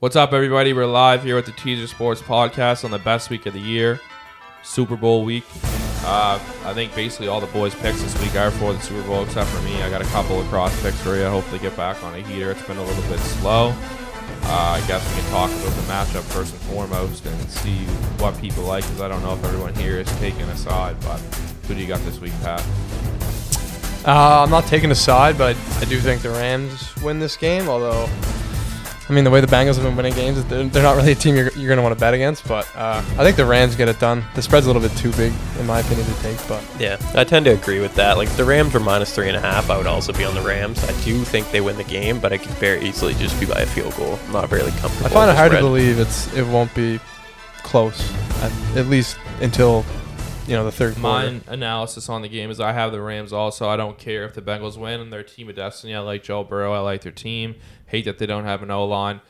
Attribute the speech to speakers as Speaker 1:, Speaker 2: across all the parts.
Speaker 1: What's up, everybody? We're live here at the Teaser Sports Podcast on the best week of the year, Super Bowl week. Uh, I think basically all the boys' picks this week are for the Super Bowl, except for me. I got a couple of cross picks for you. I hope they get back on a heater. It's been a little bit slow. Uh, I guess we can talk about the matchup first and foremost and see what people like, because I don't know if everyone here is taking a side. But who do you got this week, Pat?
Speaker 2: Uh, I'm not taking a side, but I do think the Rams win this game. Although, I mean, the way the Bengals have been winning games, they're, they're not really a team you're, you're going to want to bet against. But uh, I think the Rams get it done. The spread's a little bit too big, in my opinion, to take. But
Speaker 3: Yeah, I tend to agree with that. Like if the Rams were minus three and a half, I would also be on the Rams. I do think they win the game, but I could very easily just be by a field goal. I'm not really comfortable.
Speaker 2: I find
Speaker 3: with
Speaker 2: it hard
Speaker 3: the
Speaker 2: to
Speaker 3: spread.
Speaker 2: believe it's it won't be close, at, at least until you know the third quarter.
Speaker 1: Mine analysis on the game is I have the Rams also. I don't care if the Bengals win and their team of destiny. I like Joe Burrow. I like their team. Hate that they don't have an O line.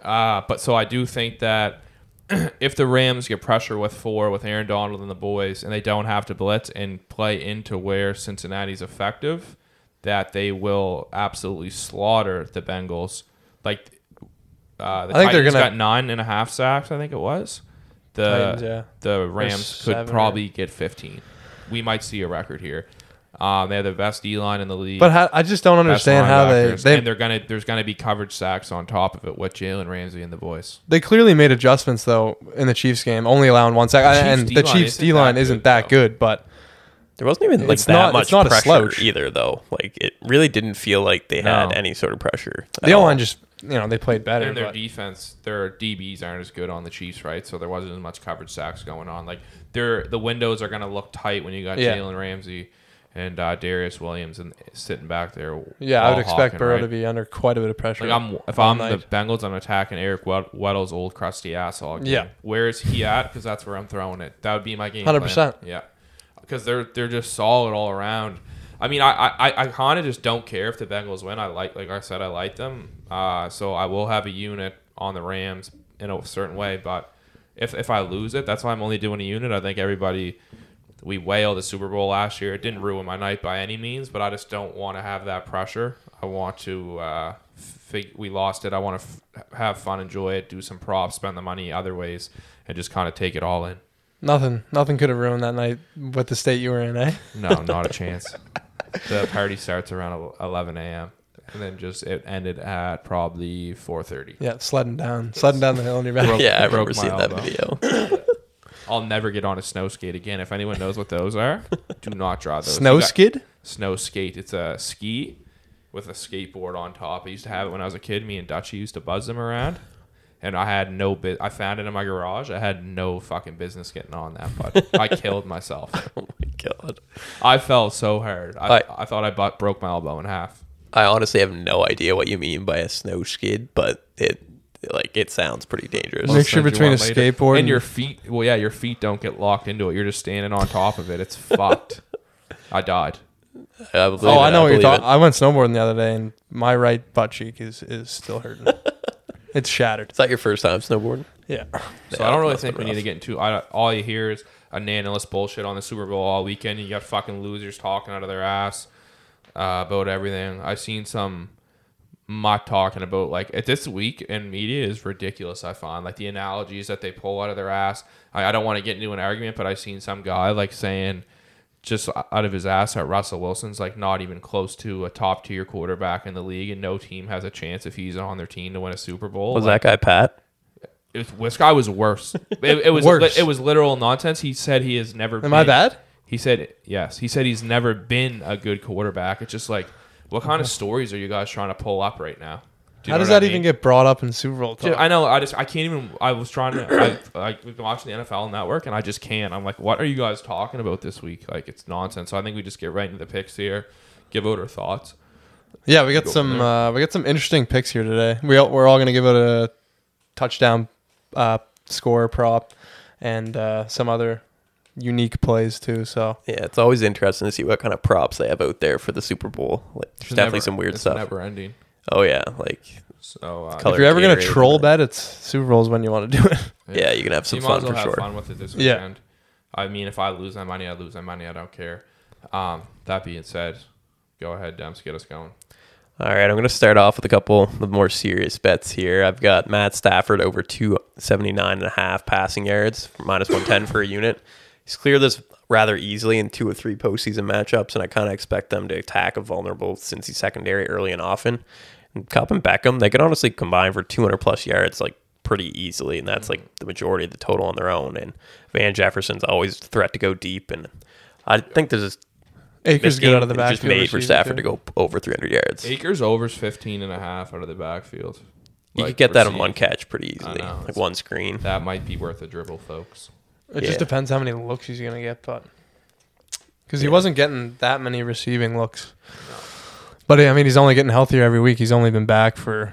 Speaker 1: Uh, but so I do think that if the Rams get pressure with four with Aaron Donald and the boys and they don't have to blitz and play into where Cincinnati's effective, that they will absolutely slaughter the Bengals. Like uh, the
Speaker 2: I think they're
Speaker 1: Titans
Speaker 2: gonna-
Speaker 1: got nine and a half sacks. I think it was. The
Speaker 2: Titans, yeah.
Speaker 1: the Rams could
Speaker 2: seven or-
Speaker 1: probably get 15. We might see a record here. Um, they have the best D line in the league.
Speaker 2: But how, I just don't
Speaker 1: best
Speaker 2: understand how they
Speaker 1: linebackers,
Speaker 2: they,
Speaker 1: and they're gonna there's gonna be coverage sacks on top of it with Jalen Ramsey and the boys.
Speaker 2: they clearly made adjustments though in the Chiefs game, only allowing one sack.
Speaker 1: The Chiefs'
Speaker 2: And the
Speaker 1: D-line
Speaker 2: Chiefs
Speaker 1: isn't
Speaker 2: D line
Speaker 1: that
Speaker 2: isn't
Speaker 1: good,
Speaker 2: that
Speaker 1: though.
Speaker 2: good, but
Speaker 3: there wasn't even like
Speaker 2: It's
Speaker 3: that
Speaker 2: not- it's
Speaker 3: much
Speaker 2: not a
Speaker 3: pressure
Speaker 2: slouch.
Speaker 3: either, though. Like it really didn't feel like they
Speaker 1: No.
Speaker 3: had any sort of pressure. at
Speaker 2: the O
Speaker 3: all.
Speaker 2: line just you know they played better.
Speaker 1: And their
Speaker 2: but-
Speaker 1: defense, their DBs aren't as good on the Chiefs, right? So there wasn't as much coverage sacks going on. Like their the windows are gonna look tight when you got
Speaker 2: Yeah.
Speaker 1: Jalen Ramsey and uh, Darius Williams and sitting back there.
Speaker 2: Yeah, I
Speaker 1: ball
Speaker 2: would expect
Speaker 1: hawking,
Speaker 2: Burrow
Speaker 1: right?
Speaker 2: to be under quite a bit of pressure.
Speaker 1: Like I'm, if
Speaker 2: all
Speaker 1: I'm the
Speaker 2: night.
Speaker 1: Bengals, I'm attacking Eric Wed- Weddle's old crusty ass all game.
Speaker 2: Yeah.
Speaker 1: Where is he at? Because that's where I'm throwing it. That would be my game.
Speaker 2: 100%.
Speaker 1: plan. Yeah. Because they're they're just solid all around. I mean, I I, I kind of just don't care if the Bengals win. I like like I said, I like them. Uh, so I will have a unit on the Rams in a certain way. But if if I lose it, that's why I'm only doing a unit. I think everybody. We wailed the Super Bowl last year. It didn't ruin my night by any means, but I just don't want to have that pressure. I want to. Uh, fig- we lost it. I want to f- have fun, enjoy it, do some props, spend the money other ways, and just kind of take it all in.
Speaker 2: nothing, nothing could have ruined that night with the state you were in, eh?
Speaker 1: No, not a chance. The party starts around el- 11 a.m. and then just it ended at probably 4:30.
Speaker 2: Yeah, sledding down, sledding down the hill on your
Speaker 1: Broke-
Speaker 2: back.
Speaker 3: yeah, I
Speaker 1: broke
Speaker 3: remember
Speaker 1: my
Speaker 3: seeing that
Speaker 1: elbow.
Speaker 3: video.
Speaker 1: I'll never get on a snow skate again. If anyone knows what those are, do not draw those.
Speaker 2: Snow
Speaker 1: You got-
Speaker 2: skid.
Speaker 1: snow skate. It's a ski with a skateboard on top. I used to have it when I was a kid. Me and Dutchy used to buzz them around, and I had no bit. I found it in my garage. I had no fucking business getting on that, but I killed myself.
Speaker 3: oh my god.
Speaker 1: I fell so hard. I,
Speaker 3: I-
Speaker 1: I thought I bu- broke my elbow in half.
Speaker 3: I honestly have no idea what you mean by a snow skid, but it like it sounds pretty dangerous.
Speaker 2: Make sure
Speaker 1: Send you
Speaker 2: between
Speaker 1: one
Speaker 2: a skateboard
Speaker 1: and your
Speaker 2: and-
Speaker 1: feet. Well, yeah, your feet don't get locked into it. You're just standing on top of it. It's fucked. I died.
Speaker 3: I believe
Speaker 2: Oh,
Speaker 3: it,
Speaker 2: I know what you're
Speaker 3: believe
Speaker 2: talking.
Speaker 3: it.
Speaker 2: I went snowboarding the other day, and my right butt cheek is is still hurting. it's shattered.
Speaker 3: Is that your first time snowboarding?
Speaker 2: Yeah,
Speaker 1: So I don't really
Speaker 3: that's
Speaker 1: think we
Speaker 3: been
Speaker 1: need to
Speaker 3: rough.
Speaker 1: get into. I, all you hear is analyst bullshit on the Super Bowl all weekend. You got fucking losers talking out of their ass uh, about everything. I've seen some mutt talking about like at this week in media is ridiculous. I find like the analogies that they pull out of their ass. I, I don't want to get into an argument, but I've seen some guy like saying just out of his ass that Russell Wilson's like not even close to a top tier quarterback in the league, and no team has a chance if he's on their team to win a Super Bowl.
Speaker 3: Was
Speaker 1: Like,
Speaker 3: that guy Pat?
Speaker 1: it was, this guy was worse. It, it was
Speaker 2: Worse.
Speaker 1: it was literal nonsense. He said he has never.
Speaker 2: am I bad?
Speaker 1: He said yes. He said he's never been a good quarterback. It's just like, what kind of stories are you guys trying to pull up right now? Do you
Speaker 2: How
Speaker 1: know
Speaker 2: does
Speaker 1: what I
Speaker 2: that even
Speaker 1: mean?
Speaker 2: get brought up in Super Bowl
Speaker 1: Dude,
Speaker 2: talk?
Speaker 1: I know. I just I can't even. I was trying to. I, I, we've been watching the NFL Network, and I just can't. I'm like, what are you guys talking about this week? Like, it's nonsense. So I think we just get right into the picks here. Give out our thoughts.
Speaker 2: Yeah, we got some uh, we got some interesting picks here today. We all, we're all gonna give it a touchdown uh, score prop and uh, some other unique plays too. So
Speaker 3: Yeah, it's always interesting to see what kind of props they have out there for the Super Bowl. Like, there's
Speaker 1: It's
Speaker 3: definitely
Speaker 1: never-
Speaker 3: some weird
Speaker 1: it's
Speaker 3: stuff.
Speaker 1: Never ending.
Speaker 3: Oh yeah, like
Speaker 1: So uh,
Speaker 3: Color
Speaker 2: if you're ever gonna
Speaker 3: Gatorade and
Speaker 2: troll
Speaker 3: then-
Speaker 2: bet, it's Super Bowls when you want to do it.
Speaker 3: yeah, you can have some
Speaker 1: you might
Speaker 3: fun
Speaker 1: as well
Speaker 3: for
Speaker 1: have
Speaker 3: sure.
Speaker 1: fun with it this
Speaker 2: Yeah.
Speaker 1: weekend. I mean, if I lose my money, I lose my money. I don't care. Um, that being said, go ahead, Demps, get us going.
Speaker 3: All right, I'm going to start off with a couple of more serious bets here. I've got Matt Stafford over 279 and a half passing yards, minus 110 for a unit. He's cleared this rather easily in two or three postseason matchups, and I kind of expect them to attack a vulnerable Cincy secondary early and often. And Cup and Beckham, they could honestly combine for 200 plus yards like pretty easily, and that's
Speaker 2: Mm-hmm.
Speaker 3: like the majority of the total on their own. And Van Jefferson's always a threat to go deep, and I think there's
Speaker 2: Acres good out of the back.
Speaker 3: just made for Stafford to go over 300 yards.
Speaker 1: Acres overs 15 and a half out of the backfield.
Speaker 3: You
Speaker 1: Like,
Speaker 3: could get that on
Speaker 1: receive.
Speaker 3: one catch pretty easily,
Speaker 1: know,
Speaker 3: like
Speaker 1: it's-
Speaker 3: one screen.
Speaker 1: That might be worth a dribble, folks.
Speaker 2: It
Speaker 3: Yeah.
Speaker 2: just depends how many looks he's gonna get, but because he wasn't getting that many receiving looks. But I mean, he's only getting healthier every week. He's only been back for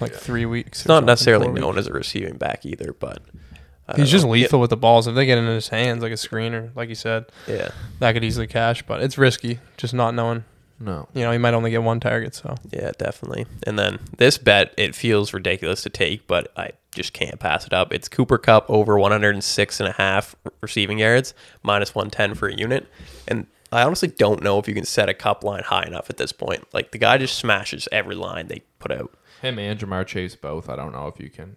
Speaker 2: like three weeks.
Speaker 3: It's not necessarily known as a receiving back either, but I don't
Speaker 2: He's just
Speaker 3: know.
Speaker 2: lethal with the balls. If they get into his hands like a screener, like you said,
Speaker 3: Yeah,
Speaker 2: that could easily cash. But it's risky, just not knowing.
Speaker 1: No.
Speaker 2: You know, he might only get one target. So
Speaker 3: yeah, definitely. And then this bet, it feels ridiculous to take, but I just can't pass it up. It's Cooper Cup over 106 and a half receiving yards, minus 110 for a unit. And I honestly don't know if you can set a cup line high enough at this point. Like the guy just smashes every line they put out.
Speaker 1: Him and Jamar Chase both. I don't know if you can.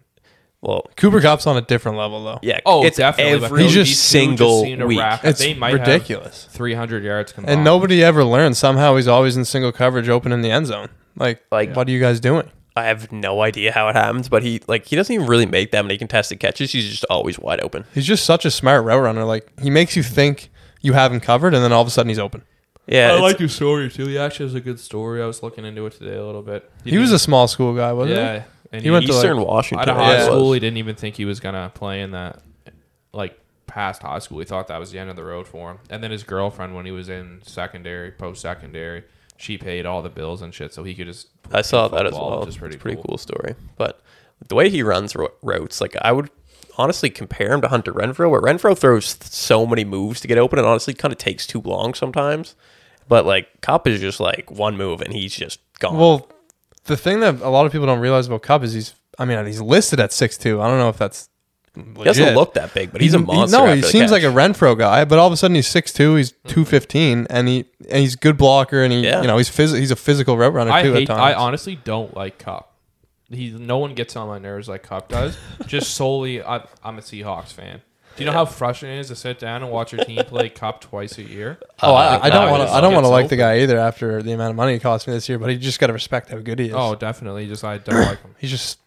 Speaker 3: Well,
Speaker 2: Cooper Cup's on a different level, though.
Speaker 3: yeah,
Speaker 1: Oh,
Speaker 3: it's
Speaker 1: definitely. but
Speaker 3: every
Speaker 1: those-
Speaker 2: just
Speaker 1: these two
Speaker 3: single
Speaker 1: seem to
Speaker 3: week.
Speaker 1: rack up.
Speaker 2: It's
Speaker 1: they might have
Speaker 2: ridiculous.
Speaker 1: 300 yards combined.
Speaker 2: And nobody ever learns. Somehow he's always in single coverage, open in the end zone. Like,
Speaker 3: Like-
Speaker 2: what are you guys doing?
Speaker 3: I have no idea how it happens, but he like he doesn't even really make that many contested catches. He's just always wide open.
Speaker 2: He's just such a smart route runner. Like, he makes you think you have him covered, and then all of a sudden he's open.
Speaker 3: Yeah,
Speaker 1: I
Speaker 3: it's-
Speaker 1: like your story too. He actually has a good story. I was looking into it today a little bit.
Speaker 2: He was a small school guy, wasn't
Speaker 1: yeah, and
Speaker 2: He went to, like,
Speaker 3: Eastern Washington.
Speaker 1: out of high
Speaker 2: Yeah.
Speaker 1: school. He didn't even think he was gonna play in that, like past high school. He thought that was the end of the road for him. And then his girlfriend, when he was in secondary, post secondary, she paid all the bills and shit, so he could just.
Speaker 3: I saw
Speaker 1: play
Speaker 3: that as
Speaker 1: football,
Speaker 3: well.
Speaker 1: which
Speaker 3: It's
Speaker 1: is
Speaker 3: pretty, pretty cool. story. But the way he runs ro- routes, like I would honestly compare him to Hunter Renfro, where Renfro throws th- so many moves to get open, and honestly, kind of takes too long sometimes. But like Cup is just like one move, and he's just gone.
Speaker 2: he? Well, the thing that a lot of people don't realize about Cup is he's, I mean, he's listed at 6'2. I don't know if that's.
Speaker 3: he doesn't
Speaker 2: legit.
Speaker 3: look that big, but he's a
Speaker 2: He- he-
Speaker 3: monster.
Speaker 2: no, he
Speaker 3: after the
Speaker 2: seems like
Speaker 3: catch. Mm-hmm.
Speaker 2: a Renfro guy, but all of a sudden he's 6'2, he's 215, and he and he's good blocker, and he
Speaker 3: Yeah.
Speaker 2: you know he's phys- he's a physical route runner
Speaker 1: I
Speaker 2: too
Speaker 1: hate.
Speaker 2: at times.
Speaker 1: I honestly don't like Cup. He no one gets on my nerves like Cup does. just solely, I, I'm a Seahawks fan. Do you know how frustrating it is to sit down and watch your team play Cup twice a year?
Speaker 2: Oh,
Speaker 1: Uh,
Speaker 2: I, I don't
Speaker 3: Like, nah,
Speaker 2: want to.
Speaker 3: it's
Speaker 2: I don't want to
Speaker 1: it's
Speaker 2: like the guy either after the amount of money he cost me this year. But he just got to respect how good he is.
Speaker 1: Oh, definitely. Just I don't like him.
Speaker 2: he's just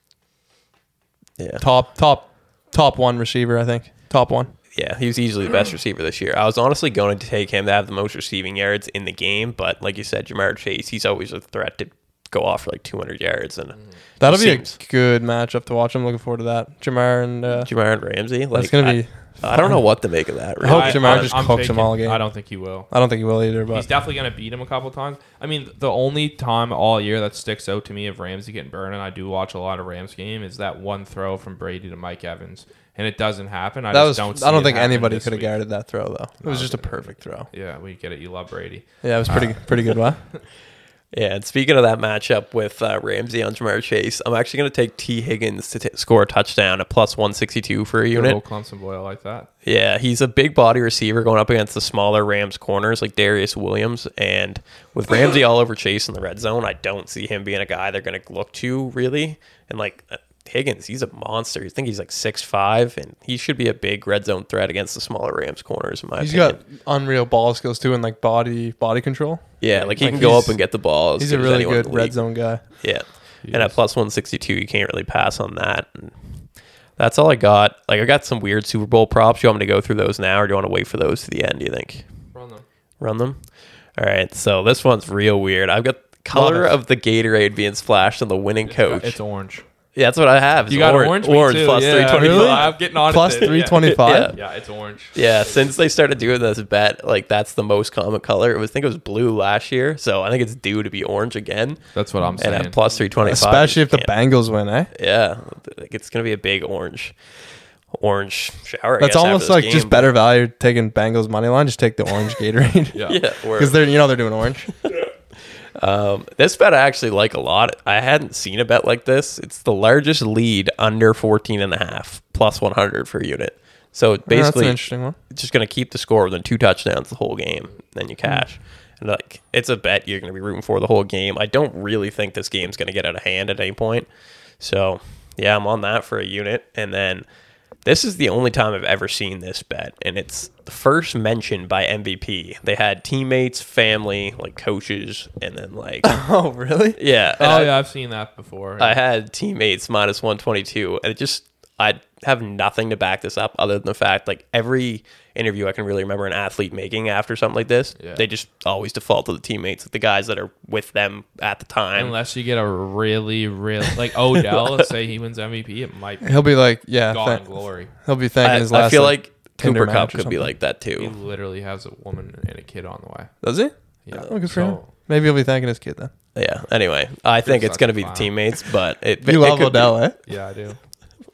Speaker 3: Yeah.
Speaker 2: top, top, top one receiver. I think top one.
Speaker 3: Yeah, he was easily the best
Speaker 2: Hmm.
Speaker 3: receiver this year. I was honestly going to take him to have the most receiving yards in the game, but like you said, Jamar Chase, he's always a threat to go off for like 200 yards. And
Speaker 2: That'll
Speaker 3: it
Speaker 2: be
Speaker 3: seems-
Speaker 2: a good matchup to watch. I'm looking forward to that. Jamar and uh,
Speaker 3: Jamar and Ramsey, like
Speaker 2: that's gonna
Speaker 3: I,
Speaker 2: be.
Speaker 3: I don't know what to make of that. Really.
Speaker 2: hope Jamar
Speaker 1: I-
Speaker 2: just
Speaker 1: I'm
Speaker 2: cooks them
Speaker 1: taking-
Speaker 2: all game.
Speaker 1: I don't think he will.
Speaker 2: I don't think he will either.
Speaker 1: He's
Speaker 2: But
Speaker 1: definitely going to beat him a couple times. I mean, the only time all year that sticks out to me of Ramsey getting burned, and I do watch a lot of Rams game, is that one throw from Brady to Mike Evans, and it doesn't happen. I
Speaker 2: that
Speaker 1: just
Speaker 2: was.
Speaker 1: don't. See
Speaker 2: I don't
Speaker 1: it
Speaker 2: think
Speaker 1: happen
Speaker 2: anybody
Speaker 1: this
Speaker 2: could have
Speaker 1: week.
Speaker 2: guarded that throw though. It was
Speaker 1: No,
Speaker 2: just a
Speaker 1: it didn't.
Speaker 2: perfect throw.
Speaker 1: Yeah, we get it. You love Brady.
Speaker 2: Yeah, it was pretty
Speaker 1: Ah.
Speaker 2: pretty good. What?
Speaker 3: Yeah, and speaking of that matchup with uh, Ramsey on Jamar Chase, I'm actually going to take T. Higgins to t- score a touchdown at plus 162 for a
Speaker 1: Good
Speaker 3: unit.
Speaker 1: old Clemson boy, I like that.
Speaker 3: Yeah, he's a big body receiver going up against the smaller Rams corners like Darius Williams. And with Ramsey all over Chase in the red zone, I don't see him being a guy they're going to look to really. And like uh, Higgins, he's a monster. I think he's like six five, and he should be a big red zone threat against the smaller Rams corners, in my
Speaker 2: He's
Speaker 3: opinion.
Speaker 2: got unreal ball skills too, and like body body control.
Speaker 3: yeah, like he
Speaker 2: like,
Speaker 3: can go
Speaker 2: he's-
Speaker 3: up and get the ball. as
Speaker 2: He's a
Speaker 3: good as
Speaker 2: really
Speaker 3: anyone in
Speaker 2: good
Speaker 3: the
Speaker 2: red
Speaker 3: league.
Speaker 2: zone guy.
Speaker 3: Yeah. And at plus 162, you can't really pass on that. And that's all I got. Like, I got some weird Super Bowl props. You want me to go through those now, or do you want to wait for those to the end, do you think?
Speaker 1: Run them.
Speaker 3: Run them? All right. So this one's real weird. I've got
Speaker 2: Love
Speaker 3: color
Speaker 2: it.
Speaker 3: of the Gatorade being splashed on the winning coach.
Speaker 1: It's orange.
Speaker 3: yeah, that's what I have. It's
Speaker 1: You got
Speaker 3: or-
Speaker 1: orange. me
Speaker 3: Orange
Speaker 1: too.
Speaker 3: plus
Speaker 1: yeah,
Speaker 3: 325.
Speaker 1: Really? I'm getting on
Speaker 2: Plus three twenty five.
Speaker 1: Yeah, it's orange.
Speaker 3: Yeah, since they started doing this bet, like that's the most common color. It was, I think it was blue last year, so I think it's due to be orange again.
Speaker 1: That's what I'm
Speaker 3: And
Speaker 1: saying.
Speaker 3: at plus three twenty five,
Speaker 2: Especially if the Bengals win, eh?
Speaker 3: Yeah, like it's gonna be a big orange, orange shower. I
Speaker 2: That's
Speaker 3: guess, after
Speaker 2: almost
Speaker 3: this
Speaker 2: like
Speaker 3: game,
Speaker 2: just
Speaker 3: but-
Speaker 2: better value taking Bengals money line. Just take the orange Gatorade.
Speaker 1: Yeah.
Speaker 3: Yeah, or-
Speaker 2: because they're you know they're doing orange.
Speaker 3: um, this bet I actually like a lot. I hadn't seen a bet like this. It's the largest lead under 14 and a half plus 100 for a unit.
Speaker 2: Basically,
Speaker 3: So
Speaker 2: Oh, that's an
Speaker 3: basically,
Speaker 2: interesting one.
Speaker 3: it's just gonna keep the score within two touchdowns the whole game. Then you cash. Like it's a bet you're going to be rooting for the whole game. I don't really think this game's going to get out of hand at any point. So yeah, I'm on that for a unit, and then this is the only time I've ever seen this bet, and it's the first mention by MVP. They had teammates, family, like coaches, and then like
Speaker 2: Oh, really?
Speaker 3: yeah.
Speaker 1: Oh
Speaker 3: and I-
Speaker 1: yeah, I've seen that before.
Speaker 3: I had teammates minus 122, and it just I have nothing to back this up other than the fact like every interview I can really remember an athlete making after something like this,
Speaker 1: Yeah.
Speaker 3: they just always default to the teammates, the guys that are with them at the time.
Speaker 1: Unless you get a really, really like Odell, let's say he wins MVP, it might be
Speaker 2: He'll be like, yeah,
Speaker 1: gone in
Speaker 2: thank-
Speaker 1: glory.
Speaker 2: he'll be
Speaker 3: I,
Speaker 2: thanking his
Speaker 3: I
Speaker 2: last.
Speaker 3: feel like
Speaker 2: Tinder
Speaker 3: Cooper
Speaker 2: match
Speaker 3: Cup
Speaker 2: or
Speaker 3: could be
Speaker 2: something.
Speaker 3: like that
Speaker 1: He
Speaker 3: too.
Speaker 1: literally has a woman and a kid on the way.
Speaker 2: does he?
Speaker 1: Yeah.
Speaker 2: Oh, good for him.
Speaker 1: So-
Speaker 2: Maybe he'll be thanking his kid then.
Speaker 3: Yeah. Anyway, I think it's
Speaker 1: such
Speaker 3: gonna
Speaker 1: a
Speaker 3: be the
Speaker 1: clown.
Speaker 3: teammates, but it
Speaker 2: You
Speaker 3: it
Speaker 2: love
Speaker 3: could be-
Speaker 2: Odell, eh?
Speaker 1: Yeah, I do.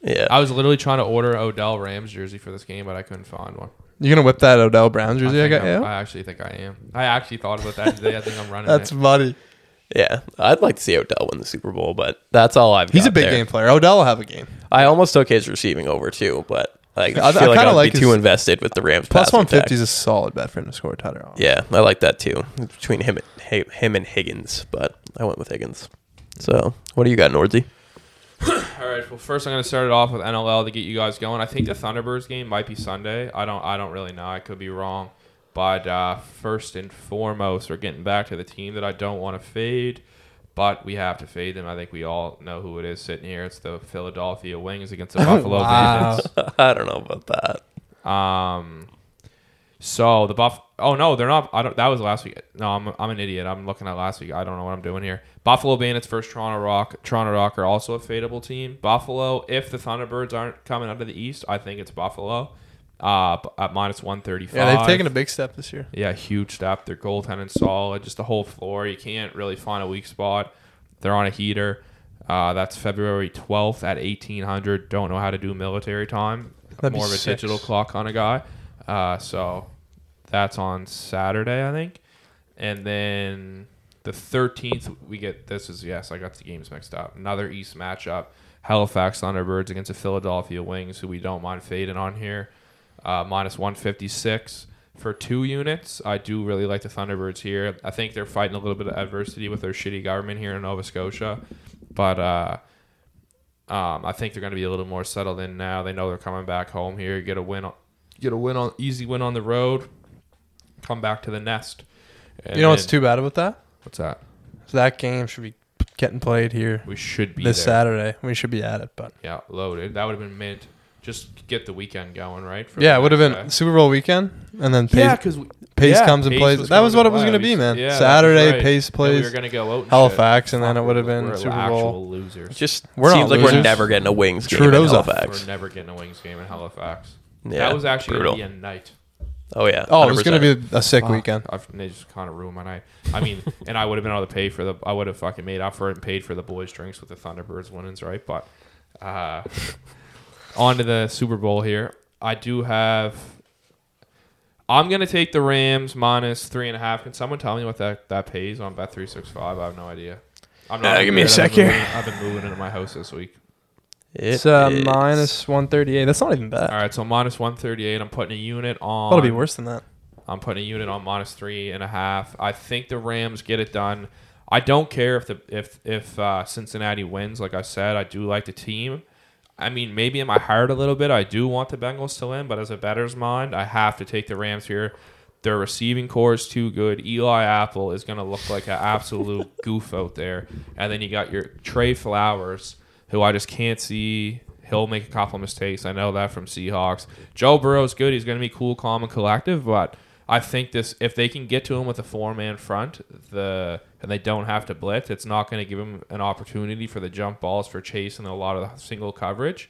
Speaker 3: Yeah.
Speaker 1: I was literally trying to order Odell Rams jersey for this game, but I couldn't find one.
Speaker 2: You gonna whip that Odell Brown jersey I,
Speaker 1: think
Speaker 2: got
Speaker 1: I'm-
Speaker 2: you?
Speaker 1: I actually think I am. I actually thought about that today. I think I'm running.
Speaker 2: That's
Speaker 1: it.
Speaker 2: funny.
Speaker 3: yeah. I'd like to see Odell win the Super Bowl, but that's all I've.
Speaker 2: He's a
Speaker 3: got
Speaker 2: big
Speaker 3: there.
Speaker 2: game player. Odell will have a game.
Speaker 3: I almost took his receiving over too, but like
Speaker 2: I-
Speaker 3: I,
Speaker 2: I
Speaker 3: feel like
Speaker 2: kinda
Speaker 3: I'd
Speaker 2: like
Speaker 3: be
Speaker 2: his-
Speaker 3: too invested with the Rams.
Speaker 2: Plus
Speaker 3: passing
Speaker 2: one fifty is
Speaker 3: attack.
Speaker 2: a solid bet for him to score a touchdown.
Speaker 3: Yeah, I like that too. It's Between him and hey, him and Higgins, but I went with Higgins. So what do you got, Nordsy?
Speaker 1: All right. Well, first I'm going to start it off with NLL to get you guys going. I think the Thunderbirds game might be Sunday. I don't. I don't really know. I could be wrong. But uh, first and foremost, we're getting back to the team that I don't want to fade, but we have to fade them. I think we all know who it is sitting here. It's the Philadelphia Wings against the Buffalo
Speaker 2: Wow.
Speaker 1: Ravens.
Speaker 3: I don't know about that.
Speaker 1: Um, so the buff. Oh no, they're not. I don't. That was last week. No, I'm, I'm an idiot. I'm looking at last week. I don't know what I'm doing here. Buffalo Bandits versus Toronto Rock. Toronto Rock are also a fadeable team. Buffalo. If the Thunderbirds aren't coming out of the East, I think it's Buffalo. Uh, b- at minus one thirty five.
Speaker 2: yeah, they've taken a big step this year.
Speaker 1: Yeah, huge step. Their goaltending solid. Just the whole floor. You can't really find a weak spot. They're on a heater. Uh, that's February 12th at 1800. Don't know how to do military time.
Speaker 2: That'd be
Speaker 1: More of a
Speaker 2: six.
Speaker 1: digital clock kind of guy. Uh, so that's on Saturday, I think. And then the 13th, we get this is, yes, I got the games mixed up. Another East matchup. Halifax Thunderbirds against the Philadelphia Wings, who we don't mind fading on here. Uh, minus 156 for two units. I do really like the Thunderbirds here. I think they're fighting a little bit of adversity with their shitty government here in Nova Scotia. But uh, um, I think they're going to be a little more settled in now. They know they're coming back home here. Get a win, on, get a win on easy win on the road. Come back to the nest. And
Speaker 2: you know what's
Speaker 1: then-
Speaker 2: too bad about that?
Speaker 1: What's that?
Speaker 2: So that game should be getting played here
Speaker 1: We should be
Speaker 2: this
Speaker 1: there.
Speaker 2: Saturday. We should be at it, but
Speaker 1: Yeah, loaded. That would have been mint. Just get the weekend going, right? for
Speaker 2: yeah,
Speaker 1: the
Speaker 2: it would have
Speaker 1: next
Speaker 2: been
Speaker 1: day.
Speaker 2: Super Bowl weekend, and then Pace,
Speaker 1: Yeah, because
Speaker 2: Pace comes and
Speaker 1: Pace
Speaker 2: plays.
Speaker 1: was
Speaker 2: that was
Speaker 1: coming
Speaker 2: what
Speaker 1: to
Speaker 2: it was
Speaker 1: play.
Speaker 2: going to be,
Speaker 1: We-
Speaker 2: man.
Speaker 1: yeah, that was
Speaker 2: Saturday,
Speaker 1: right.
Speaker 2: Pace
Speaker 1: And
Speaker 2: plays
Speaker 1: We were gonna go out and
Speaker 2: Halifax,
Speaker 1: shit.
Speaker 2: and then it
Speaker 1: Fuck,
Speaker 2: would have
Speaker 1: we're-
Speaker 2: been
Speaker 1: we're
Speaker 2: Super Bowl.
Speaker 1: actual losers.
Speaker 3: It just
Speaker 2: We're not
Speaker 3: seems like we're
Speaker 2: losers.
Speaker 3: never getting a Wings game in
Speaker 2: Trudeau's up.
Speaker 3: Halifax.
Speaker 1: We're never getting a Wings game in Halifax.
Speaker 3: Yeah,
Speaker 1: that was actually
Speaker 3: brutal.
Speaker 1: gonna be a night.
Speaker 3: Oh yeah.
Speaker 2: Oh, it was going
Speaker 3: 100%.
Speaker 2: to be a sick weekend.
Speaker 1: I've, they just kind of ruined my night. I mean, and I would have been able to pay for the. I would have fucking made up for it and paid for the boys' drinks with the Thunderbirds winnings, right? But uh, on to the Super Bowl here. I do have. I'm gonna take the Rams minus three and a half. Can someone tell me what that that pays on Bet three six five? I have no idea. I'm
Speaker 3: Uh, give me a
Speaker 1: good. I've
Speaker 3: sec
Speaker 1: been
Speaker 3: here.
Speaker 1: moving- I've been moving into my house this week.
Speaker 3: It
Speaker 2: It's uh,
Speaker 3: is-
Speaker 2: minus one thirty eight. That's not even
Speaker 1: All
Speaker 2: bad.
Speaker 1: right, so minus one thirty eight. I'm putting a unit on.
Speaker 2: That'll be worse than that.
Speaker 1: I'm putting a unit on minus three and a half. I think the Rams get it done. I don't care if the if if uh, Cincinnati wins. Like I said, I do like the team. I mean, maybe in my heart a little bit, I do want the Bengals to win, but as a bettor's mind, I have to take the Rams here. Their receiving core is too good. Eli Apple is going to look like an absolute goof out there. And then you got your Trey Flowers, who I just can't see. He'll make a couple of mistakes. I know that from Seahawks. Joe Burrow's good. He's going to be cool, calm, and collective. But I think this, if they can get to him with a four-man front, the and they don't have to blitz, it's not going to give him an opportunity for the jump balls for Chase and a lot of the single coverage.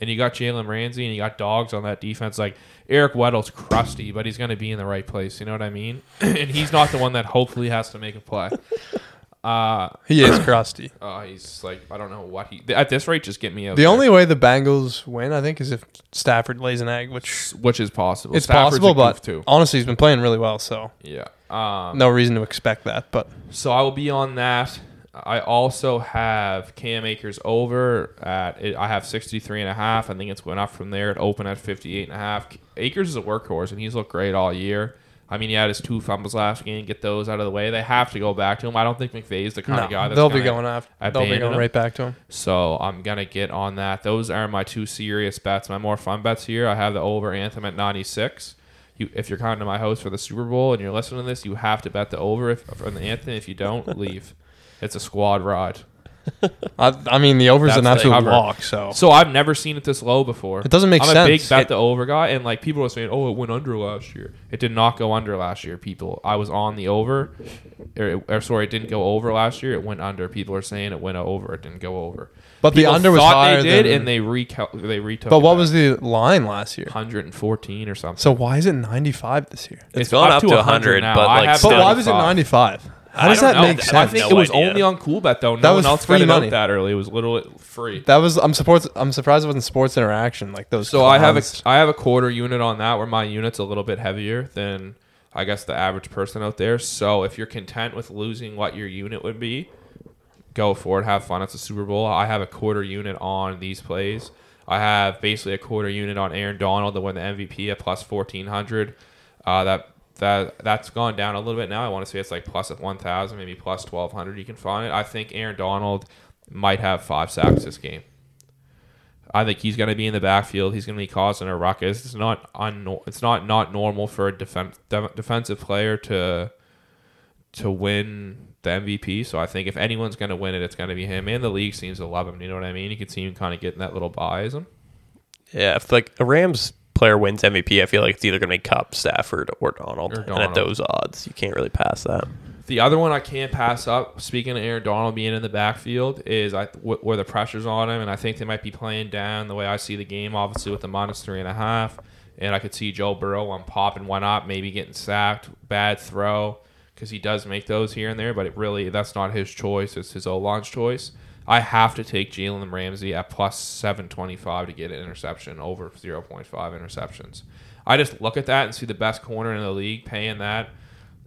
Speaker 1: And you got Jalen Ramsey and you got dogs on that defense. Like Eric Weddle's crusty, but he's going to be in the right place. You know what I mean? and he's not the one that hopefully has to make a play. Uh,
Speaker 2: He is crusty.
Speaker 1: uh, he's like, I don't know what he at this rate. Just get me out.
Speaker 2: The
Speaker 1: there.
Speaker 2: only way the Bengals win, I think, is if Stafford lays an egg, which
Speaker 1: which is possible.
Speaker 2: it's
Speaker 1: Stafford's a
Speaker 2: possible. But
Speaker 1: goof too.
Speaker 2: honestly, he's been playing really well, so
Speaker 1: Yeah. Um,
Speaker 2: no reason to expect that. But
Speaker 1: so I will be on that. I also have Cam Akers over at it, I have 63 and a half. I think it's went up from there. It opened at 58 and a half. Akers is a workhorse and he's looked great all year. I mean, he had his two fumbles last game. Get those out of the way. They have to go back to him. I don't think McVay's the kind
Speaker 2: No,
Speaker 1: of guy that's
Speaker 2: they'll be
Speaker 1: gonna-
Speaker 2: going after. They'll be
Speaker 1: abandon
Speaker 2: going
Speaker 1: him.
Speaker 2: right back to him.
Speaker 1: So I'm gonna get on that. Those are my two serious bets. My more fun bets here. I have the over anthem at 96. You, if you're kind to my host for the Super Bowl and you're listening to this, you have to bet the over if, on the anthem. If you don't, leave. It's a squad ride.
Speaker 2: I, I mean, the over's
Speaker 1: That's
Speaker 2: an
Speaker 1: the
Speaker 2: absolute
Speaker 1: cover.
Speaker 2: lock. So
Speaker 1: Oh. So I've never seen it this low before.
Speaker 2: It doesn't make
Speaker 1: I'm
Speaker 2: sense.
Speaker 1: a big bet
Speaker 2: It-
Speaker 1: the over guy, and like people were saying, oh, it went under last year. It did not go under last year. People, I was on the over, or, or sorry, it didn't go over last year. It went under. People are saying it went over. It didn't go over.
Speaker 2: But the
Speaker 1: People
Speaker 2: under was
Speaker 1: thought
Speaker 2: higher
Speaker 1: They did,
Speaker 2: than-
Speaker 1: and they recal they retook.
Speaker 2: But
Speaker 1: it
Speaker 2: what
Speaker 1: back.
Speaker 2: was the line last year?
Speaker 1: 114 or something?
Speaker 2: So why is it 95 this year?
Speaker 3: It's gone up to 100,
Speaker 1: now.
Speaker 3: but,
Speaker 1: I
Speaker 3: like,
Speaker 1: have
Speaker 3: still-
Speaker 2: But
Speaker 1: it
Speaker 2: why
Speaker 1: at
Speaker 2: was it
Speaker 1: 95.
Speaker 2: 95? How
Speaker 3: I
Speaker 2: does
Speaker 3: don't
Speaker 2: that
Speaker 3: know.
Speaker 2: make
Speaker 3: I
Speaker 2: sense?
Speaker 1: I think
Speaker 3: no
Speaker 1: it was
Speaker 3: idea.
Speaker 1: only on Cool Bet though. No
Speaker 2: That
Speaker 1: one
Speaker 2: was
Speaker 1: else
Speaker 2: free
Speaker 1: got it
Speaker 2: money.
Speaker 1: out that early. It was literally free.
Speaker 2: that was I'm surprised. I'm surprised it wasn't sports interaction like those.
Speaker 1: So I have a
Speaker 2: clowns.
Speaker 1: I have a quarter unit on that where my unit's a little bit heavier than I guess the average person out there. So if you're content with losing what your unit would be, go for it. Have fun. It's a Super Bowl. I have a quarter unit on these plays. I have basically a quarter unit on Aaron Donald to win the MVP at plus fourteen hundred. Uh, that that that's gone down a little bit now. I want to say it's like plus at one thousand, maybe plus twelve hundred. You can find it. I think Aaron Donald might have five sacks this game. I think he's going to be in the backfield. He's going to be causing a ruckus. It's not un- It's not not normal for a defense defensive player to to win the MVP. So I think if anyone's going to win it, it's going to be him. And the league seems to love him. You know what I mean? You can see him kind of getting that little biasm.
Speaker 3: Yeah, if like a Rams player wins MVP, I feel like it's either going to be Cup, Stafford, or Donald.
Speaker 1: Or
Speaker 3: And at
Speaker 1: Donald.
Speaker 3: those odds, you can't really pass that.
Speaker 1: The other one I can't pass up. Speaking of Aaron Donald being in the backfield, is I wh- where the pressure's on him, and I think they might be playing down the way I see the game. Obviously, with the minus three and a half, and I could see Joe Burrow on popping one up, maybe getting sacked, bad throw, because he does make those here and there. But it really that's not his choice; it's his O line's choice. I have to take Jalen Ramsey at plus seven twenty five to get an interception over zero point five interceptions. I just look at that and see the best corner in the league paying that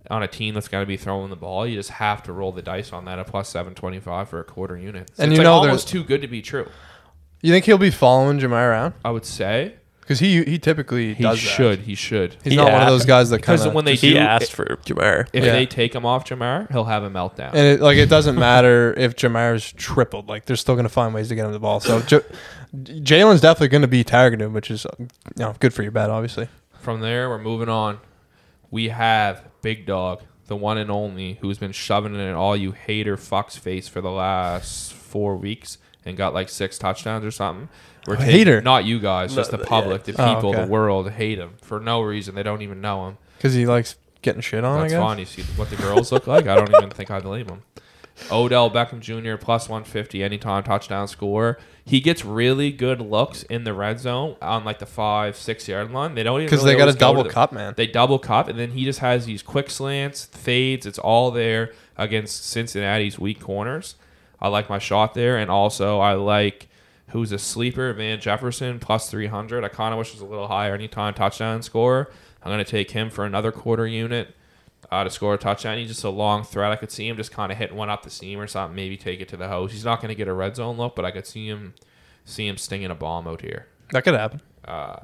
Speaker 1: on a team that's going to be throwing the ball, you just have to roll the dice on that at plus seven twenty five for a quarter unit.
Speaker 2: And
Speaker 1: it's like
Speaker 2: you know
Speaker 1: almost too good to be true.
Speaker 2: You think he'll be following Jemai around?
Speaker 1: I would say
Speaker 2: Because he he typically
Speaker 1: he
Speaker 2: does that.
Speaker 1: should. He should
Speaker 2: He's
Speaker 3: He
Speaker 2: not one of
Speaker 3: has-
Speaker 2: those guys that kind
Speaker 1: because
Speaker 2: of
Speaker 1: when they
Speaker 3: He
Speaker 1: do,
Speaker 3: asked for Jamar.
Speaker 1: if
Speaker 2: Yeah.
Speaker 1: they take him off Jamar, he'll have a meltdown.
Speaker 2: and it, like it doesn't matter if Jamar's tripled. Like they're still gonna find ways to get him the ball. So J- Jalen's definitely gonna be targeted, him, which is you know, good for your bet, obviously.
Speaker 1: From there, we're moving on. We have Big Dog, the one and only, who's been shoving it in all you hater fucks face for the last four weeks and got like six touchdowns or something. We're taking-
Speaker 2: hater.
Speaker 1: not you guys, just
Speaker 3: No,
Speaker 1: the
Speaker 3: but-
Speaker 1: public, the
Speaker 2: Oh,
Speaker 1: people,
Speaker 2: okay.
Speaker 1: the world hate him for no reason. They don't even know him.
Speaker 2: Because he likes getting shit on.
Speaker 1: That's
Speaker 2: I guess.
Speaker 1: fine. You see what the girls look like. I don't even think I blame him. Odell Beckham Jr. plus 150 anytime touchdown score. He gets really good looks in the red zone on like the five, six yard line. They don't even
Speaker 2: Because
Speaker 1: really
Speaker 2: they got a
Speaker 1: always go to
Speaker 2: double
Speaker 1: the-
Speaker 2: cup, man.
Speaker 1: They double cup, and then he just has these quick slants, fades. It's all there against Cincinnati's weak corners. I like my shot there, and also I like who's a sleeper, Van Jefferson plus three hundred. I kind of wish it was a little higher. Anytime touchdown scorer, I'm going to take him for another quarter unit uh, to score a touchdown. He's just a long threat. I could see him just kind of hitting one up the seam or something. Maybe take it to the house. He's not going to get a red zone look, but I could see him see him stinging a bomb out here.
Speaker 2: that could happen.
Speaker 1: Uh,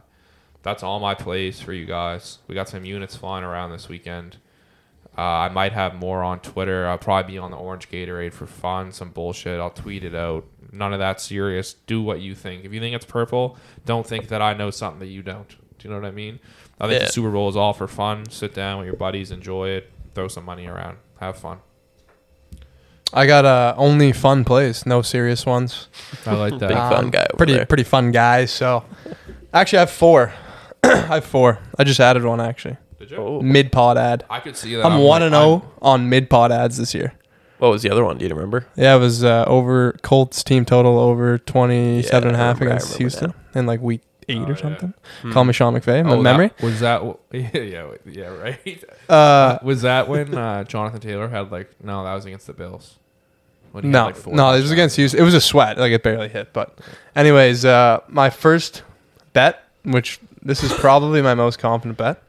Speaker 1: that's all my plays for you guys. We got some units flying around this weekend. Uh, I might have more on Twitter. I'll probably be on the Orange Gatorade for fun, some bullshit. I'll tweet it out. None of that serious. Do what you think. If you think it's purple, don't think that I know something that you don't. Do you know what I mean? I think
Speaker 3: Yeah.
Speaker 1: the Super Bowl is all for fun. Sit down with your buddies, enjoy it, throw some money around, have fun.
Speaker 2: I got uh, only fun plays, no serious ones. Um,
Speaker 1: I like
Speaker 3: Big
Speaker 1: that.
Speaker 3: fun guy over
Speaker 2: pretty
Speaker 3: there.
Speaker 2: pretty fun guy. So actually, I have four. I have four. I just added one actually.
Speaker 1: Did you?
Speaker 3: Oh.
Speaker 2: Mid pod ad.
Speaker 1: I could see that.
Speaker 2: I'm one
Speaker 1: like-
Speaker 2: and oh zero on mid pod ads this year.
Speaker 3: What was the other one? Do you remember?
Speaker 2: Yeah, it was uh, over Colts team total over 27 and a
Speaker 3: Yeah, I
Speaker 2: half
Speaker 3: remember- I
Speaker 2: against
Speaker 3: remember Hmm.
Speaker 2: Houston in like week eight
Speaker 1: Oh,
Speaker 2: or
Speaker 1: yeah.
Speaker 2: something. Call me Sean McVay. My
Speaker 1: oh, that-
Speaker 2: memory.
Speaker 1: was that? Yeah, yeah, yeah, right.
Speaker 2: Uh,
Speaker 1: Was that when uh, Jonathan Taylor had like no? That was against the Bills. When he had,
Speaker 2: no,
Speaker 1: like, four
Speaker 2: no, it was
Speaker 1: touchdowns.
Speaker 2: against Houston. It was a sweat. Like it barely hit. But, anyways, uh, my first bet, which this is probably my most confident bet,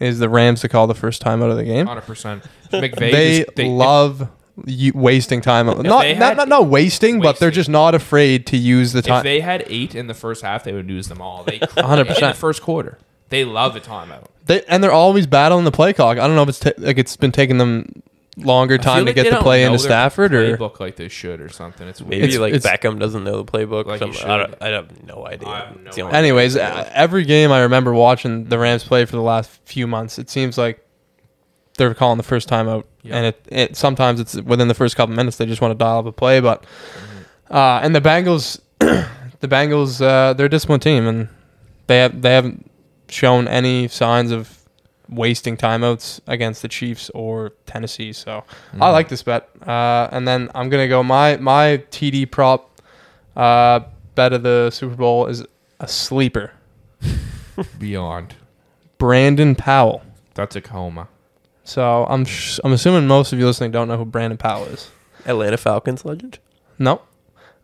Speaker 2: is the Rams to call the first time out of the game.
Speaker 1: Hundred percent. McVay.
Speaker 2: They,
Speaker 1: just- they-
Speaker 2: love. You wasting time, not,
Speaker 1: they
Speaker 2: not,
Speaker 1: had-
Speaker 2: not not wasting, but they're
Speaker 1: Wasting.
Speaker 2: just not afraid to use the
Speaker 1: If
Speaker 2: time.
Speaker 1: they had eight in the first half, they would lose them all. They
Speaker 2: 100%.
Speaker 1: in the first quarter. They love the timeout.
Speaker 2: They and they're always battling the play clock. I don't know if it's ta- like it's been taking them longer
Speaker 1: I feel
Speaker 2: time to
Speaker 1: like
Speaker 2: get
Speaker 1: they
Speaker 2: the
Speaker 1: don't
Speaker 2: play
Speaker 1: know
Speaker 2: into
Speaker 1: their
Speaker 2: Stafford or
Speaker 1: playbook like they should or something. It's weird.
Speaker 3: Maybe
Speaker 2: It's-
Speaker 3: like
Speaker 2: it's-
Speaker 3: Beckham doesn't know the playbook.
Speaker 1: Like he
Speaker 3: some- I,
Speaker 1: should.
Speaker 3: don't, I have no idea.
Speaker 1: I have
Speaker 3: It's
Speaker 1: no
Speaker 3: the only-
Speaker 2: Anyways, uh, every game I remember watching the Rams play for the last few months, it seems like they're calling the first time out,
Speaker 1: Yeah.
Speaker 2: and it, it sometimes it's within the first couple minutes they just want to dial up a play. But uh, and the Bengals, the Bengals, uh, they're a disciplined team, and they have they haven't shown any signs of wasting timeouts against the Chiefs or Tennessee. So I like this bet, uh, and then I'm gonna go my my TD prop uh, bet of the Super Bowl is a sleeper.
Speaker 1: beyond.
Speaker 2: Brandon Powell.
Speaker 1: That's a coma.
Speaker 2: So I'm sh- I'm assuming most of you listening don't know who Brandon Powell is.
Speaker 3: Atlanta Falcons legend.
Speaker 2: No,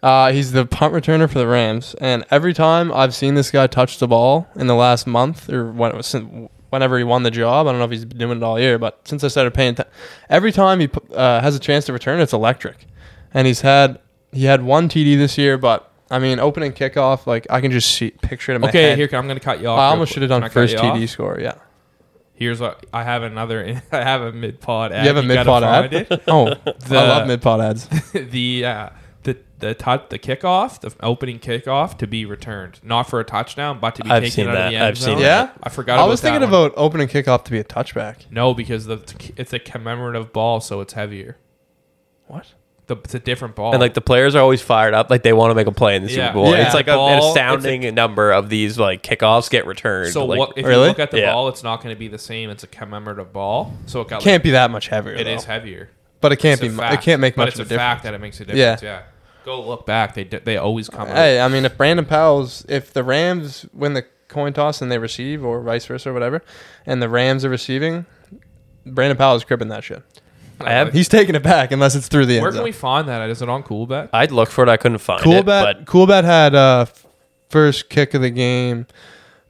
Speaker 2: uh, he's the punt returner for the Rams, and every time I've seen this guy touch the ball in the last month or when it was, sin- whenever he won the job, I don't know if he's been doing it all year, but since I started paying, t- every time he pu- uh, has a chance to return, it's electric, and he's had he had one TD this year, but I mean opening kickoff, like I can just see picture it in my
Speaker 1: Okay,
Speaker 2: head.
Speaker 1: here I'm gonna cut you off.
Speaker 2: I
Speaker 1: real
Speaker 2: almost
Speaker 1: quick.
Speaker 2: should have
Speaker 1: Can I
Speaker 2: done
Speaker 1: cut
Speaker 2: first
Speaker 1: you off?
Speaker 2: TD score. Yeah.
Speaker 1: Here's what I have another. I have a mid pod.
Speaker 2: You have a mid pod ad? Oh, I love mid pod ads.
Speaker 1: the uh, the the tou- the kickoff, the opening kickoff to be returned, not for a touchdown, but to be
Speaker 3: I've
Speaker 1: taken
Speaker 3: seen
Speaker 1: out
Speaker 3: that.
Speaker 1: of the end
Speaker 3: I've seen
Speaker 1: zone.
Speaker 3: that.
Speaker 2: Yeah?
Speaker 1: I forgot.
Speaker 2: I
Speaker 1: About
Speaker 2: was
Speaker 1: that
Speaker 2: thinking
Speaker 1: one.
Speaker 2: about opening kickoff to be a touchback.
Speaker 1: no because the it's a commemorative ball, so it's heavier.
Speaker 2: What?
Speaker 1: The, it's a different ball.
Speaker 3: And like the players are always fired up, like they want to make a play in the
Speaker 1: Yeah.
Speaker 3: Super Bowl.
Speaker 2: Yeah.
Speaker 3: It's like a, an
Speaker 1: Ball,
Speaker 3: astounding number of these like kickoffs get returned.
Speaker 1: so
Speaker 3: like,
Speaker 1: what, if
Speaker 2: really?
Speaker 1: you look at the
Speaker 3: Yeah.
Speaker 1: ball, it's not going to be the same. It's a commemorative ball, so it got
Speaker 2: Can't be that much heavier.
Speaker 1: Like, it is
Speaker 2: though.
Speaker 1: heavier.
Speaker 2: but it can't
Speaker 1: It's a
Speaker 2: be. mu- It
Speaker 1: fact,
Speaker 2: can't make
Speaker 1: but
Speaker 2: much
Speaker 1: it's a
Speaker 2: of a difference.
Speaker 1: fact that it makes a difference. Yeah. Go look back. They d- they always come. up.
Speaker 2: Hey, I mean, if Brandon Powell's, if the Rams win the coin toss and they receive, or vice versa, or whatever, and the Rams are receiving, Brandon Powell's cribbing that shit.
Speaker 3: I have-
Speaker 2: He's taking it back unless it's through the end
Speaker 1: Where can
Speaker 2: zone.
Speaker 1: we find that? Is it on Cool Bet?
Speaker 3: I'd look for it, I couldn't find
Speaker 2: Cool
Speaker 3: it.
Speaker 2: bet.
Speaker 3: But
Speaker 2: Cool bet had uh, f- first kick of the game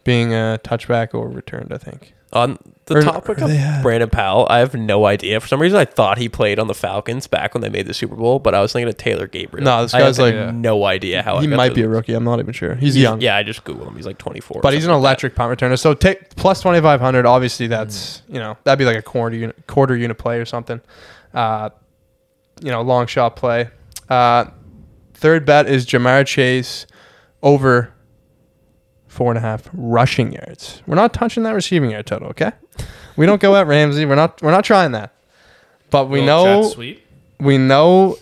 Speaker 2: being a touchback or returned. I think.
Speaker 3: on the
Speaker 2: Or-
Speaker 3: topic
Speaker 2: or
Speaker 3: of
Speaker 2: they had-
Speaker 3: Brandon Powell, I have no idea. For some reason, I thought he played on the Falcons back when they made the Super Bowl, but I was thinking of Taylor Gabriel.
Speaker 2: No, this
Speaker 3: I
Speaker 2: guy's
Speaker 3: have
Speaker 2: like-
Speaker 1: Yeah.
Speaker 3: no idea how Oh, I
Speaker 2: he
Speaker 3: got
Speaker 2: might
Speaker 3: to
Speaker 2: be a
Speaker 3: this.
Speaker 2: rookie. I'm not even sure. He's,
Speaker 3: He's-
Speaker 2: young.
Speaker 3: Yeah, I just googled him. He's like 24. or
Speaker 2: But he's an
Speaker 3: something like that.
Speaker 2: electric punt returner. So take plus twenty five hundred. Obviously, that's you know that'd be like a quarter unit, quarter unit play or something. Uh, you know, long shot play. Uh, third bet is Jamar Chase over four and a half rushing yards. We're not touching that receiving yard total. Okay, we don't go at Ramsey. We're not we're not trying that. But we
Speaker 1: Little
Speaker 2: know
Speaker 1: jet sweep.
Speaker 2: we know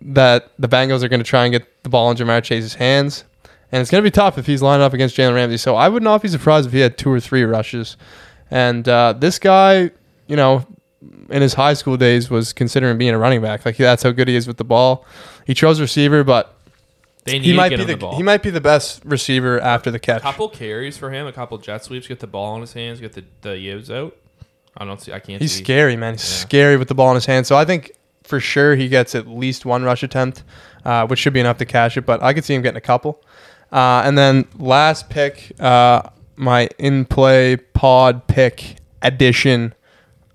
Speaker 2: that the Bengals are going to try and get the ball in Jamar Chase's hands, and it's going to be tough if he's lining up against Jalen Ramsey. So I would not be surprised if he had two or three rushes. And uh, this guy, you know, in his high school days was considering being a running back. Like that's how good he is with the ball. He chose receiver, but
Speaker 1: They need
Speaker 2: he might
Speaker 1: to
Speaker 2: be
Speaker 1: get
Speaker 2: the,
Speaker 1: him the, ball.
Speaker 2: he might be the best receiver after the catch.
Speaker 1: couple carries for him, a couple jet sweeps, get the ball in his hands, get the the yibs out. I don't see. I can't.
Speaker 2: He's
Speaker 1: see.
Speaker 2: scary, man. He's
Speaker 1: Yeah.
Speaker 2: scary with the ball in his hand. So I think for sure he gets at least one rush attempt, uh, which should be enough to cash it. But I could see him getting a couple. Uh, and then last pick, uh, my in play pod pick edition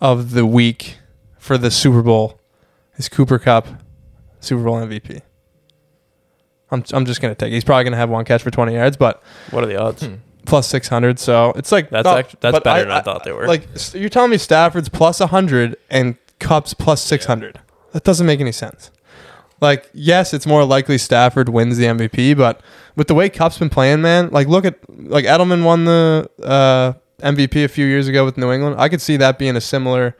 Speaker 2: of the week for the Super Bowl is Cooper Cup, Super Bowl MVP. I'm, I'm just gonna take. it. He's probably gonna have one catch for 20 yards, but
Speaker 3: What are the odds?
Speaker 2: Hmm. plus 600 so it's like oh,
Speaker 3: That's act- that's
Speaker 2: but
Speaker 3: better than I thought they were.
Speaker 2: like s- you're telling me stafford's plus 100 and cups plus 600 that doesn't make any sense like yes it's more likely stafford wins the mvp but with the way cup's been playing man like look at like edelman won the uh, mvp a few years ago with new england i could see that being a similar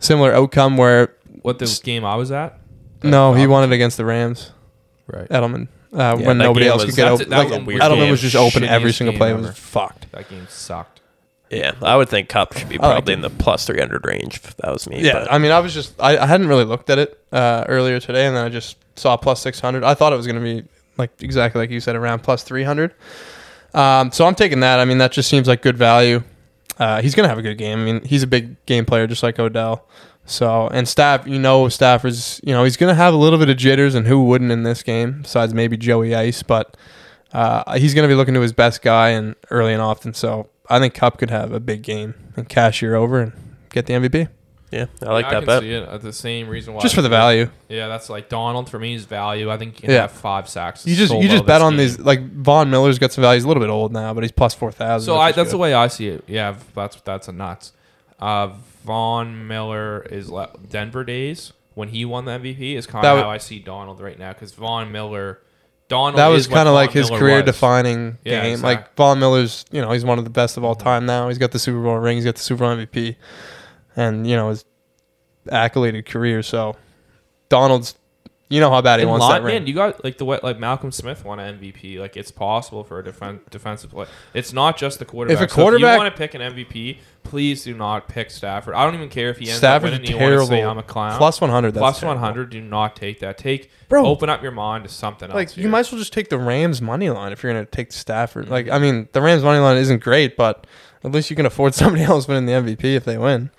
Speaker 2: similar outcome where
Speaker 1: What the game I was at?
Speaker 2: no he
Speaker 1: Falcons.
Speaker 2: won it against the rams
Speaker 1: right.
Speaker 2: edelman uh,
Speaker 3: Yeah,
Speaker 2: when
Speaker 3: that
Speaker 2: nobody
Speaker 3: game
Speaker 2: else
Speaker 3: was-
Speaker 2: could get
Speaker 1: That's-
Speaker 2: open
Speaker 1: that
Speaker 2: like,
Speaker 1: was a weird
Speaker 2: edelman
Speaker 1: game.
Speaker 2: was just open every
Speaker 1: Shittiest
Speaker 2: single
Speaker 1: game
Speaker 2: play it
Speaker 1: ever.
Speaker 2: was fucked
Speaker 1: That game sucked.
Speaker 3: Yeah, I would think Cup should be
Speaker 2: Oh, I like
Speaker 3: probably
Speaker 2: it.
Speaker 3: in the plus 300 range if that was me.
Speaker 2: Yeah,
Speaker 3: but-
Speaker 2: I mean, I was just I, I hadn't really looked at it uh, earlier today, and then I just saw plus six hundred. I thought it was going to be like exactly like you said, around plus three hundred. Um, so I'm taking that. I mean, that just seems like good value. Uh, he's going to have a good game. I mean, he's a big game player, just like Odell. So and Staff, you know, Stafford's you know he's going to have a little bit of jitters, and who wouldn't in this game besides maybe Joey Ice, but uh, he's going to be looking to his best guy and early and often. So I think Cup could have a big game and cash year over and get the MVP.
Speaker 3: Yeah, I like
Speaker 1: I
Speaker 3: that
Speaker 1: can
Speaker 3: bet.
Speaker 1: see it. Uh, The same reason why.
Speaker 2: Just for the value.
Speaker 1: Yeah, that's like Donald for me is value. I think you can
Speaker 2: Yeah.
Speaker 1: have five sacks.
Speaker 2: You just
Speaker 1: so
Speaker 2: you
Speaker 1: low
Speaker 2: just bet
Speaker 1: this
Speaker 2: on
Speaker 1: game.
Speaker 2: these like Von Miller's got some value. He's a little bit old now, but he's plus four thousand.
Speaker 1: So I, that's the way I see it. Yeah, that's that's a nuts. Uh, Von Miller is le- Denver days when he won the MVP is kind
Speaker 2: That
Speaker 1: of
Speaker 2: wa-
Speaker 1: how I see Donald right now because Von Miller, Donald
Speaker 2: that was
Speaker 1: is what
Speaker 2: kind of
Speaker 1: Von
Speaker 2: like his
Speaker 1: Miller
Speaker 2: career
Speaker 1: was.
Speaker 2: defining
Speaker 1: Yeah, Mm-hmm.
Speaker 2: game. Like
Speaker 1: exact-
Speaker 2: Von Miller's, you know, he's one of the best of all time now. He's got the Super Bowl ring. He's got the Super Bowl MVP, and you know his accoladed career. So Donald's, you know how bad he
Speaker 1: And
Speaker 2: wants
Speaker 1: lot,
Speaker 2: that ring.
Speaker 1: man, you got like the way like Malcolm Smith won an MVP. Like it's possible for a defen- defensive play. It's not just the quarterback. so if
Speaker 2: quarterback-
Speaker 1: you want to pick an MVP, please do not pick Stafford. I don't even care if he ends
Speaker 2: Stafford's
Speaker 1: up winning. You want to
Speaker 2: terrible.
Speaker 1: say I'm a clown.
Speaker 2: Plus one hundred.
Speaker 1: Plus 100. Do not take that. Take
Speaker 2: Bro.
Speaker 1: Open up your mind to something
Speaker 2: Like
Speaker 1: else.
Speaker 2: you
Speaker 1: here. Mm-hmm.
Speaker 2: might as well just take the Rams money line if you're gonna take Stafford. Like I mean, the Rams money line isn't great, but at least you can afford somebody else winning the MVP if they win.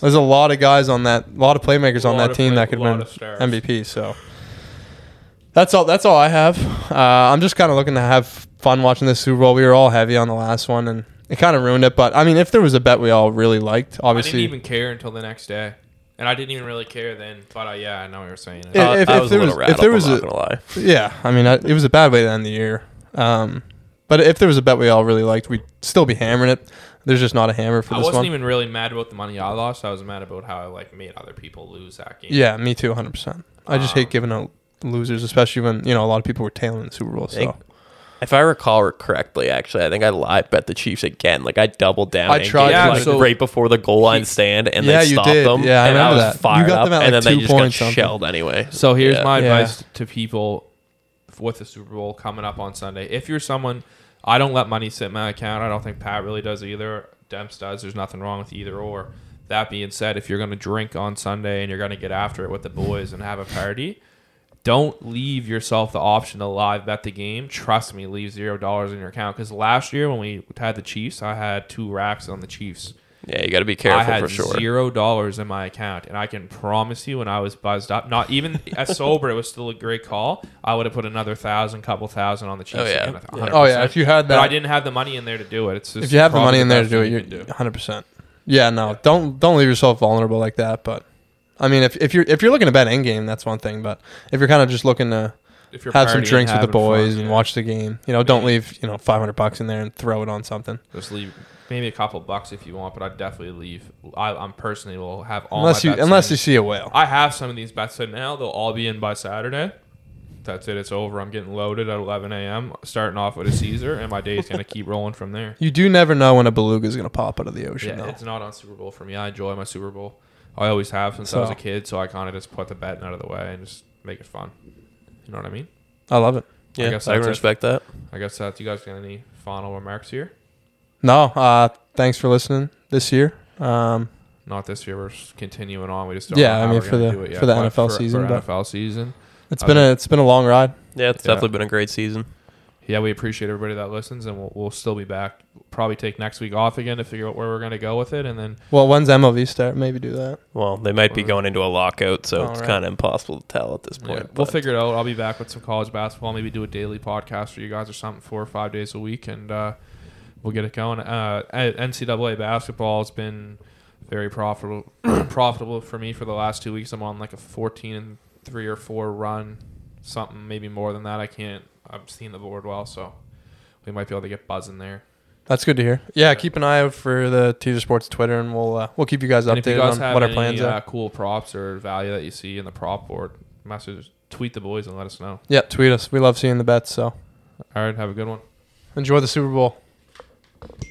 Speaker 2: There's a lot of guys on that, a lot of playmakers
Speaker 1: A
Speaker 2: on
Speaker 1: lot
Speaker 2: that
Speaker 1: of
Speaker 2: team
Speaker 1: play-
Speaker 2: that could
Speaker 1: a lot
Speaker 2: win
Speaker 1: of stars.
Speaker 2: MVP. So that's all. That's all I have. Uh, I'm just kind of looking to have fun watching this Super Bowl. We were all heavy on the last one, and it kind of ruined it. But I mean, if there was a bet we all really liked,
Speaker 1: I
Speaker 2: obviously,
Speaker 1: didn't even care until the next day, and I didn't even really care then. But uh, yeah, I know what you're saying. Uh,
Speaker 2: Yeah.
Speaker 3: I-
Speaker 2: if-
Speaker 3: I
Speaker 2: if
Speaker 3: Uh, was
Speaker 2: there
Speaker 3: a little
Speaker 2: was- if
Speaker 3: rattled.
Speaker 2: there was
Speaker 3: I'm
Speaker 2: a-
Speaker 3: not gonna lie.
Speaker 2: yeah. I mean, I, it was a bad way to end the year. Um, but if there was a bet we all really liked, we'd still be hammering it. There's just not a hammer for
Speaker 1: I
Speaker 2: this
Speaker 1: wasn't
Speaker 2: one.
Speaker 1: even really mad about the money I lost. I was mad about how I like made other people lose that game.
Speaker 2: Yeah, me too, 100. percent I just hate
Speaker 1: Um,
Speaker 2: giving out losers, especially when you know a lot of people were tailing the Super Bowl.
Speaker 3: I think-
Speaker 2: So
Speaker 3: If I recall correctly, actually, I think I lied bet the Chiefs again. Like I doubled down.
Speaker 2: I
Speaker 3: and
Speaker 2: tried
Speaker 3: gave
Speaker 1: to,
Speaker 3: like,
Speaker 1: so-
Speaker 3: right before the goal line stand, and
Speaker 2: Yeah,
Speaker 3: they
Speaker 2: you
Speaker 3: stopped
Speaker 2: did.
Speaker 3: them.
Speaker 2: Yeah, I
Speaker 3: and I
Speaker 2: remember
Speaker 3: was
Speaker 2: that. You
Speaker 3: fired
Speaker 2: got
Speaker 3: up,
Speaker 2: them at,
Speaker 3: and
Speaker 2: like,
Speaker 3: then
Speaker 2: two
Speaker 3: they just got
Speaker 2: points something.
Speaker 3: shelled anyway.
Speaker 1: So here's
Speaker 3: Yeah.
Speaker 1: my
Speaker 2: Yeah.
Speaker 1: advice to people with the Super Bowl coming up on Sunday. If you're someone, I don't let money sit in my account. I don't think Pat really does either. Demps does. There's nothing wrong with either or. That being said, if you're going to drink on Sunday and you're going to get after it with the boys and have a party, don't leave yourself the option to live bet the game. Trust me, leave zero dollars in your account. Because last year when we had the Chiefs, I had two racks on the Chiefs.
Speaker 3: Yeah, you got to be careful
Speaker 1: I had
Speaker 3: for sure.
Speaker 1: zero dollars in my account, and I can promise you, when I was buzzed up, not even as sober, it was still a great call. I would have put another thousand, couple thousand on the Chiefs.
Speaker 3: Oh, yeah.
Speaker 1: again,
Speaker 3: Yeah.
Speaker 1: 100%.
Speaker 2: Oh, yeah, if you had
Speaker 1: but I
Speaker 2: that-
Speaker 1: didn't have the money in there to do it. It's just
Speaker 2: if you have the
Speaker 1: probably
Speaker 2: money in there to
Speaker 1: best
Speaker 2: do it,
Speaker 1: thing
Speaker 2: you're
Speaker 1: you can do.
Speaker 2: 100. percent Yeah, no, don't don't leave yourself vulnerable like that. But I mean, if, if you're if you're looking to bet in game, that's one thing. But if you're kind of just looking to
Speaker 1: If you're
Speaker 2: have some
Speaker 1: partying,
Speaker 2: drinks with the
Speaker 1: having fun,
Speaker 2: boys and
Speaker 1: yeah.
Speaker 2: watch the game, you know, don't leave you know 500 bucks in there and throw it on something.
Speaker 1: Just leave maybe a couple bucks if you want, but I'd definitely leave. I, I'm personally will have all
Speaker 2: unless
Speaker 1: my
Speaker 2: you
Speaker 1: bets
Speaker 2: unless
Speaker 1: in.
Speaker 2: you see a whale.
Speaker 1: I have some of these bets in now. They'll all be in by Saturday. That's it. It's over. I'm getting loaded at 11 a.m. Starting off with a Caesar, and my day is gonna keep rolling from there.
Speaker 2: you do never know when a beluga is going to pop out of the ocean.
Speaker 1: Yeah,
Speaker 2: though.
Speaker 1: it's not on Super Bowl for me. I enjoy my Super Bowl. I always have since I was
Speaker 2: So-
Speaker 1: a kid, so I kind of just put the betting out of the way and just make it fun. You know what I mean?
Speaker 2: I love it.
Speaker 3: yeah, I,
Speaker 1: guess
Speaker 3: can
Speaker 1: that's it.
Speaker 3: respect that.
Speaker 1: I guess that's you guys got any final remarks here?
Speaker 2: No, uh, thanks for listening this year. Um,
Speaker 1: Not this year. We're just continuing on. We just don't
Speaker 2: Yeah,
Speaker 1: know
Speaker 2: I
Speaker 1: how
Speaker 2: mean,
Speaker 1: we're
Speaker 2: for
Speaker 1: gonna
Speaker 2: the-
Speaker 1: do it yet,
Speaker 2: for the
Speaker 1: but
Speaker 2: NFL
Speaker 1: for,
Speaker 2: season,
Speaker 1: for
Speaker 2: but-
Speaker 1: NFL season.
Speaker 2: it's been a it's been a long ride.
Speaker 3: Yeah, it's
Speaker 1: Yeah.
Speaker 3: definitely been a great season.
Speaker 1: Yeah, we appreciate everybody that listens, and we'll, we'll still be back. Probably take next week off again to figure out where we're gonna go with it, and then
Speaker 2: Well, when's MLV start? Maybe do that.
Speaker 3: Well, they might be going into a lockout, so
Speaker 2: All
Speaker 3: it's
Speaker 2: right.
Speaker 3: kind of impossible to tell at this
Speaker 1: yeah,
Speaker 3: point.
Speaker 1: we'll
Speaker 3: but-
Speaker 1: figure it out. I'll be back with some college basketball. Maybe do a daily podcast for you guys or something, four or five days a week, and uh, we'll get it going. Uh, at NCAA basketball has been very profitable profitable for me for the last two weeks. I'm on like a 14 and three or four run, something maybe more than that. I can't. I've seen the board well, so we might be able to get buzzing there.
Speaker 2: That's good to hear. Yeah, keep an eye out for the Teaser Sports Twitter, and we'll uh, we'll keep you guys
Speaker 1: And if you
Speaker 2: updated
Speaker 1: guys
Speaker 2: on
Speaker 1: have
Speaker 2: what our
Speaker 1: any,
Speaker 2: plans
Speaker 1: uh,
Speaker 2: are.
Speaker 1: cool props or value that you see in the prop board, message tweet the boys and let us know.
Speaker 2: Yeah, tweet us. We love seeing the bets. So
Speaker 1: All right, have a good one.
Speaker 2: enjoy the Super Bowl.